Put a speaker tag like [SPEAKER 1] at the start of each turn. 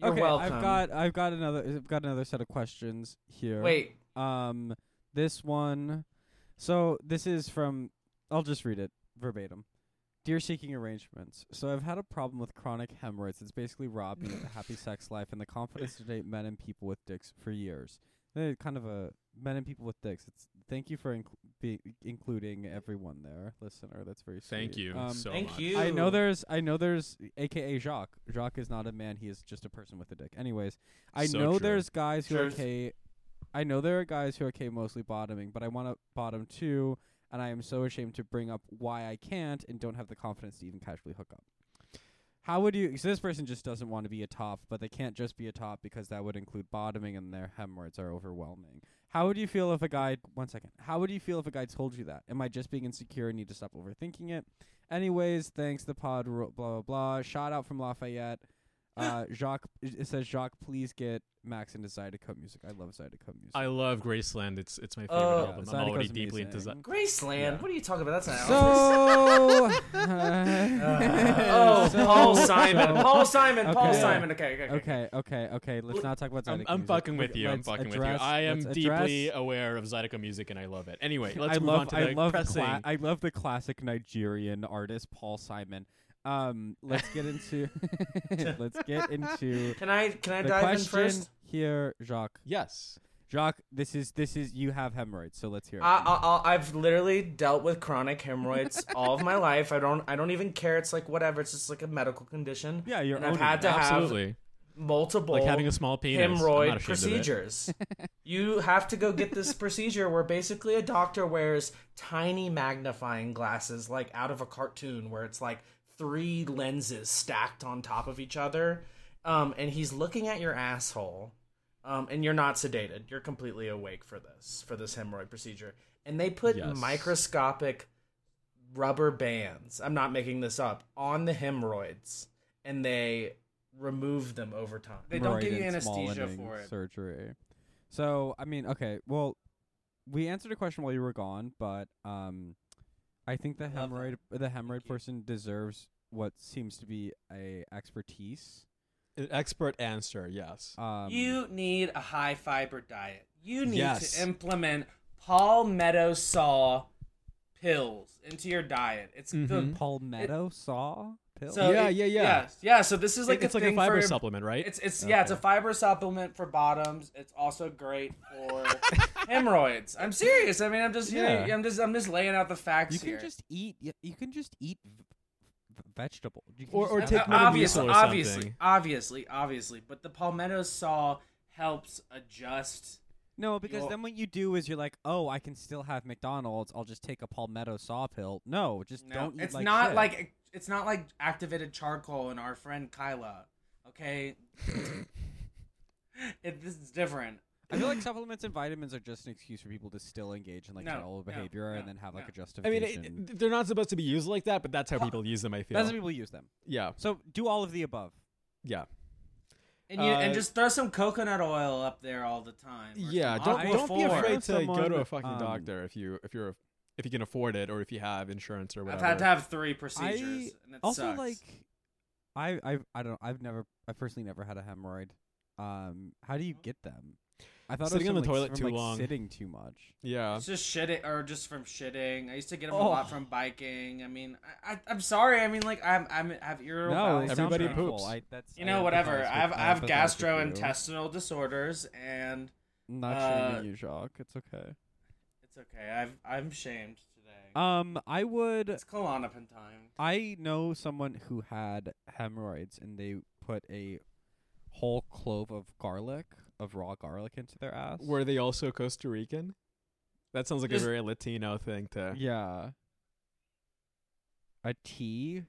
[SPEAKER 1] You're
[SPEAKER 2] okay,
[SPEAKER 1] welcome.
[SPEAKER 2] I've got I've got another I've got another set of questions here.
[SPEAKER 1] Wait,
[SPEAKER 2] Um, this one. So this is from. I'll just read it verbatim. Dear seeking arrangements. So I've had a problem with chronic hemorrhoids. It's basically robbed me of a happy sex life and the confidence to date men and people with dicks for years. Eh, kind of a men and people with dicks. It's thank you for inc- be including everyone there, listener. That's very sweet.
[SPEAKER 3] Thank you
[SPEAKER 2] Um,
[SPEAKER 3] so
[SPEAKER 1] thank
[SPEAKER 3] much.
[SPEAKER 1] you.
[SPEAKER 2] I know there's I know there's AKA Jacques. Jacques is not a man, he is just a person with a dick. Anyways, I
[SPEAKER 3] So
[SPEAKER 2] know
[SPEAKER 3] true.
[SPEAKER 2] there's guys who are
[SPEAKER 1] Truth.
[SPEAKER 2] okay I know there are guys who are okay mostly bottoming, but I want to bottom too, and I am so ashamed to bring up why I can't and don't have the confidence to even casually hook up. How would you so this person just doesn't want to be a top, but they can't just be a top because that would include bottoming and their hemorrhoids are overwhelming. How would you feel if a guy one second, how would you feel if a guy told you that? Am I just being insecure and need to stop overthinking it? Anyways, thanks the pod ro- blah blah blah. Shout out from Lafayette. Uh, Jacques, it says Jacques, please get Max into Zydeco music. I love Zydeco music.
[SPEAKER 3] I love Graceland. It's it's my favorite
[SPEAKER 1] Oh.
[SPEAKER 3] album.
[SPEAKER 2] Zydeco's
[SPEAKER 3] I'm already
[SPEAKER 2] amazing.
[SPEAKER 3] deeply into that.
[SPEAKER 1] Graceland.
[SPEAKER 3] Yeah.
[SPEAKER 1] What are you talking about? That's not
[SPEAKER 2] So,
[SPEAKER 1] Elvis.
[SPEAKER 2] oh,
[SPEAKER 1] oh, Paul Simon. Paul Simon. Paul
[SPEAKER 2] Okay.
[SPEAKER 1] Simon. Okay, okay, okay.
[SPEAKER 2] Okay, okay, okay. Let's not talk about Zydeco.
[SPEAKER 3] I'm, I'm
[SPEAKER 2] music.
[SPEAKER 3] fucking with
[SPEAKER 2] Let-
[SPEAKER 3] you. I'm
[SPEAKER 2] let's
[SPEAKER 3] fucking with
[SPEAKER 2] address-
[SPEAKER 3] you. I am
[SPEAKER 2] let's
[SPEAKER 3] deeply
[SPEAKER 2] address-
[SPEAKER 3] aware of Zydeco music and I love it. Anyway, let's
[SPEAKER 2] I
[SPEAKER 3] move
[SPEAKER 2] love,
[SPEAKER 3] on to
[SPEAKER 2] I
[SPEAKER 3] the
[SPEAKER 2] love the
[SPEAKER 3] pressing.
[SPEAKER 2] cla- I love the classic Nigerian artist Paul Simon. Um, let's get into let's get into
[SPEAKER 1] Can I can I
[SPEAKER 2] the
[SPEAKER 1] dive
[SPEAKER 2] question
[SPEAKER 1] in first?
[SPEAKER 2] here, Jacques.
[SPEAKER 3] yes.
[SPEAKER 2] Jacques, this is this is you have hemorrhoids, so let's hear it.
[SPEAKER 1] I, I, I- I've literally dealt with chronic hemorrhoids all of my life. I don't I don't even care. It's like whatever. It's just like a medical condition.
[SPEAKER 2] yeah, you're
[SPEAKER 1] and I've
[SPEAKER 2] owning
[SPEAKER 1] had
[SPEAKER 2] it.
[SPEAKER 1] to have
[SPEAKER 3] Absolutely.
[SPEAKER 1] multiple
[SPEAKER 3] Like having a small penis. I'm not
[SPEAKER 1] hemorrhoid
[SPEAKER 3] ashamed of it.
[SPEAKER 1] procedures. you have to go get this procedure where basically a doctor wears tiny magnifying glasses, like out of a cartoon, where it's like three lenses stacked on top of each other. Um, and he's looking at your asshole. Um, and you're not sedated. You're completely awake for this, for this hemorrhoid procedure. And they put
[SPEAKER 3] Yes.
[SPEAKER 1] microscopic rubber bands, I'm not making this up, on the hemorrhoids. And they remove them over time. They don't
[SPEAKER 2] Right,
[SPEAKER 1] give you
[SPEAKER 2] and small
[SPEAKER 1] anesthesia
[SPEAKER 2] ending
[SPEAKER 1] for it.
[SPEAKER 2] Surgery. So I mean, okay, well, we answered a question while you were gone, but um, I think the
[SPEAKER 1] Love
[SPEAKER 2] hemorrhoid the hemorrhoid
[SPEAKER 1] Thank you.
[SPEAKER 2] person deserves what seems to be a expertise.
[SPEAKER 3] An expert answer, yes.
[SPEAKER 2] Um,
[SPEAKER 4] you need a high fiber diet. You need
[SPEAKER 3] Yes.
[SPEAKER 4] to implement palmetto saw pills into your diet. It's
[SPEAKER 3] Mhm.
[SPEAKER 4] the
[SPEAKER 2] palmetto saw pill.
[SPEAKER 4] so
[SPEAKER 3] Yeah,
[SPEAKER 4] it-
[SPEAKER 3] yeah, yeah.
[SPEAKER 4] yes, yeah. So this is like
[SPEAKER 3] It- it's
[SPEAKER 4] a
[SPEAKER 3] like
[SPEAKER 4] thing
[SPEAKER 3] a fiber
[SPEAKER 4] for,
[SPEAKER 3] supplement, right?
[SPEAKER 4] It's it's yeah, it's a
[SPEAKER 2] Okay.
[SPEAKER 4] fiber supplement for bottoms. It's also great for hemorrhoids. I'm serious. I mean, I'm just yeah.
[SPEAKER 3] Yeah.
[SPEAKER 4] I'm just I'm just laying out the facts
[SPEAKER 2] you can
[SPEAKER 4] here.
[SPEAKER 2] just eat. y- You can just eat v- v- vegetable. You can
[SPEAKER 3] Or-
[SPEAKER 2] just
[SPEAKER 3] or
[SPEAKER 4] Uh,
[SPEAKER 2] have
[SPEAKER 3] take
[SPEAKER 4] uh,
[SPEAKER 2] that.
[SPEAKER 3] Metamucil
[SPEAKER 4] obviously,
[SPEAKER 3] or
[SPEAKER 4] obviously,
[SPEAKER 3] something.
[SPEAKER 4] obviously, obviously. But the palmetto saw helps adjust.
[SPEAKER 2] No, because
[SPEAKER 4] You'll-
[SPEAKER 2] then what you do is you're like, oh, I can still have McDonald's. I'll just take a palmetto saw pill. No, just
[SPEAKER 4] No,
[SPEAKER 2] don't. Eat
[SPEAKER 4] it's
[SPEAKER 2] like
[SPEAKER 4] not
[SPEAKER 2] shit.
[SPEAKER 4] like it's not like activated charcoal and our friend Kyla. Okay, it, this is different.
[SPEAKER 2] I feel like supplements and vitamins are just an excuse for people to still engage in like
[SPEAKER 4] No,
[SPEAKER 2] terrible
[SPEAKER 4] no,
[SPEAKER 2] behavior and
[SPEAKER 4] no,
[SPEAKER 2] then have like
[SPEAKER 4] no.
[SPEAKER 2] a
[SPEAKER 3] I mean,
[SPEAKER 2] justification.
[SPEAKER 3] it, it- they're not supposed to be used like that, but that's how people use them. I feel.
[SPEAKER 2] That's how people use them.
[SPEAKER 3] yeah,
[SPEAKER 2] So do all of the above.
[SPEAKER 3] yeah,
[SPEAKER 4] And you and
[SPEAKER 3] Uh,
[SPEAKER 4] just throw some coconut oil up there all the time. or
[SPEAKER 3] yeah.
[SPEAKER 4] some
[SPEAKER 3] Don't
[SPEAKER 4] olive
[SPEAKER 3] don't be
[SPEAKER 4] oil.
[SPEAKER 2] before.
[SPEAKER 3] afraid to go to
[SPEAKER 2] Someone,
[SPEAKER 3] a fucking
[SPEAKER 2] um,
[SPEAKER 3] doctor if you if you're if you can afford it or if you have insurance or
[SPEAKER 4] I've
[SPEAKER 3] whatever.
[SPEAKER 4] had to have three procedures, and it
[SPEAKER 2] also
[SPEAKER 4] sucks.
[SPEAKER 2] like, I I I don't. I've never. I personally never had a hemorrhoid. Um, how do you get them? I thought
[SPEAKER 3] Sitting
[SPEAKER 2] it
[SPEAKER 3] on
[SPEAKER 2] was
[SPEAKER 3] the
[SPEAKER 2] from, like,
[SPEAKER 3] toilet
[SPEAKER 2] from,
[SPEAKER 3] too
[SPEAKER 2] like,
[SPEAKER 3] long.
[SPEAKER 2] Sitting too much.
[SPEAKER 3] yeah.
[SPEAKER 4] It's just shitting, or just from shitting. I used to get them a
[SPEAKER 2] Oh.
[SPEAKER 4] lot from biking. I mean, I, I, I'm sorry. I mean, like, I'm, I'm I have irritable bowel
[SPEAKER 2] it sounds
[SPEAKER 3] everybody
[SPEAKER 4] syndrome.
[SPEAKER 2] painful.
[SPEAKER 3] poops.
[SPEAKER 2] I, that's,
[SPEAKER 4] You
[SPEAKER 2] I
[SPEAKER 4] know,
[SPEAKER 2] empathize
[SPEAKER 4] whatever.
[SPEAKER 2] with-
[SPEAKER 4] I have I have
[SPEAKER 2] empathize with you.
[SPEAKER 4] gastrointestinal disorders, and
[SPEAKER 2] I'm Not
[SPEAKER 4] uh,
[SPEAKER 2] shaming you, Jacques. It's okay.
[SPEAKER 4] it's okay. I've I'm shamed today.
[SPEAKER 2] Um, I would.
[SPEAKER 4] it's Klonopin time.
[SPEAKER 2] I know someone who had hemorrhoids and they put a whole clove of garlic, of raw garlic, into their ass.
[SPEAKER 3] Were they also Costa Rican? That sounds like
[SPEAKER 4] Just-
[SPEAKER 3] a very Latino thing to.
[SPEAKER 2] yeah. A tea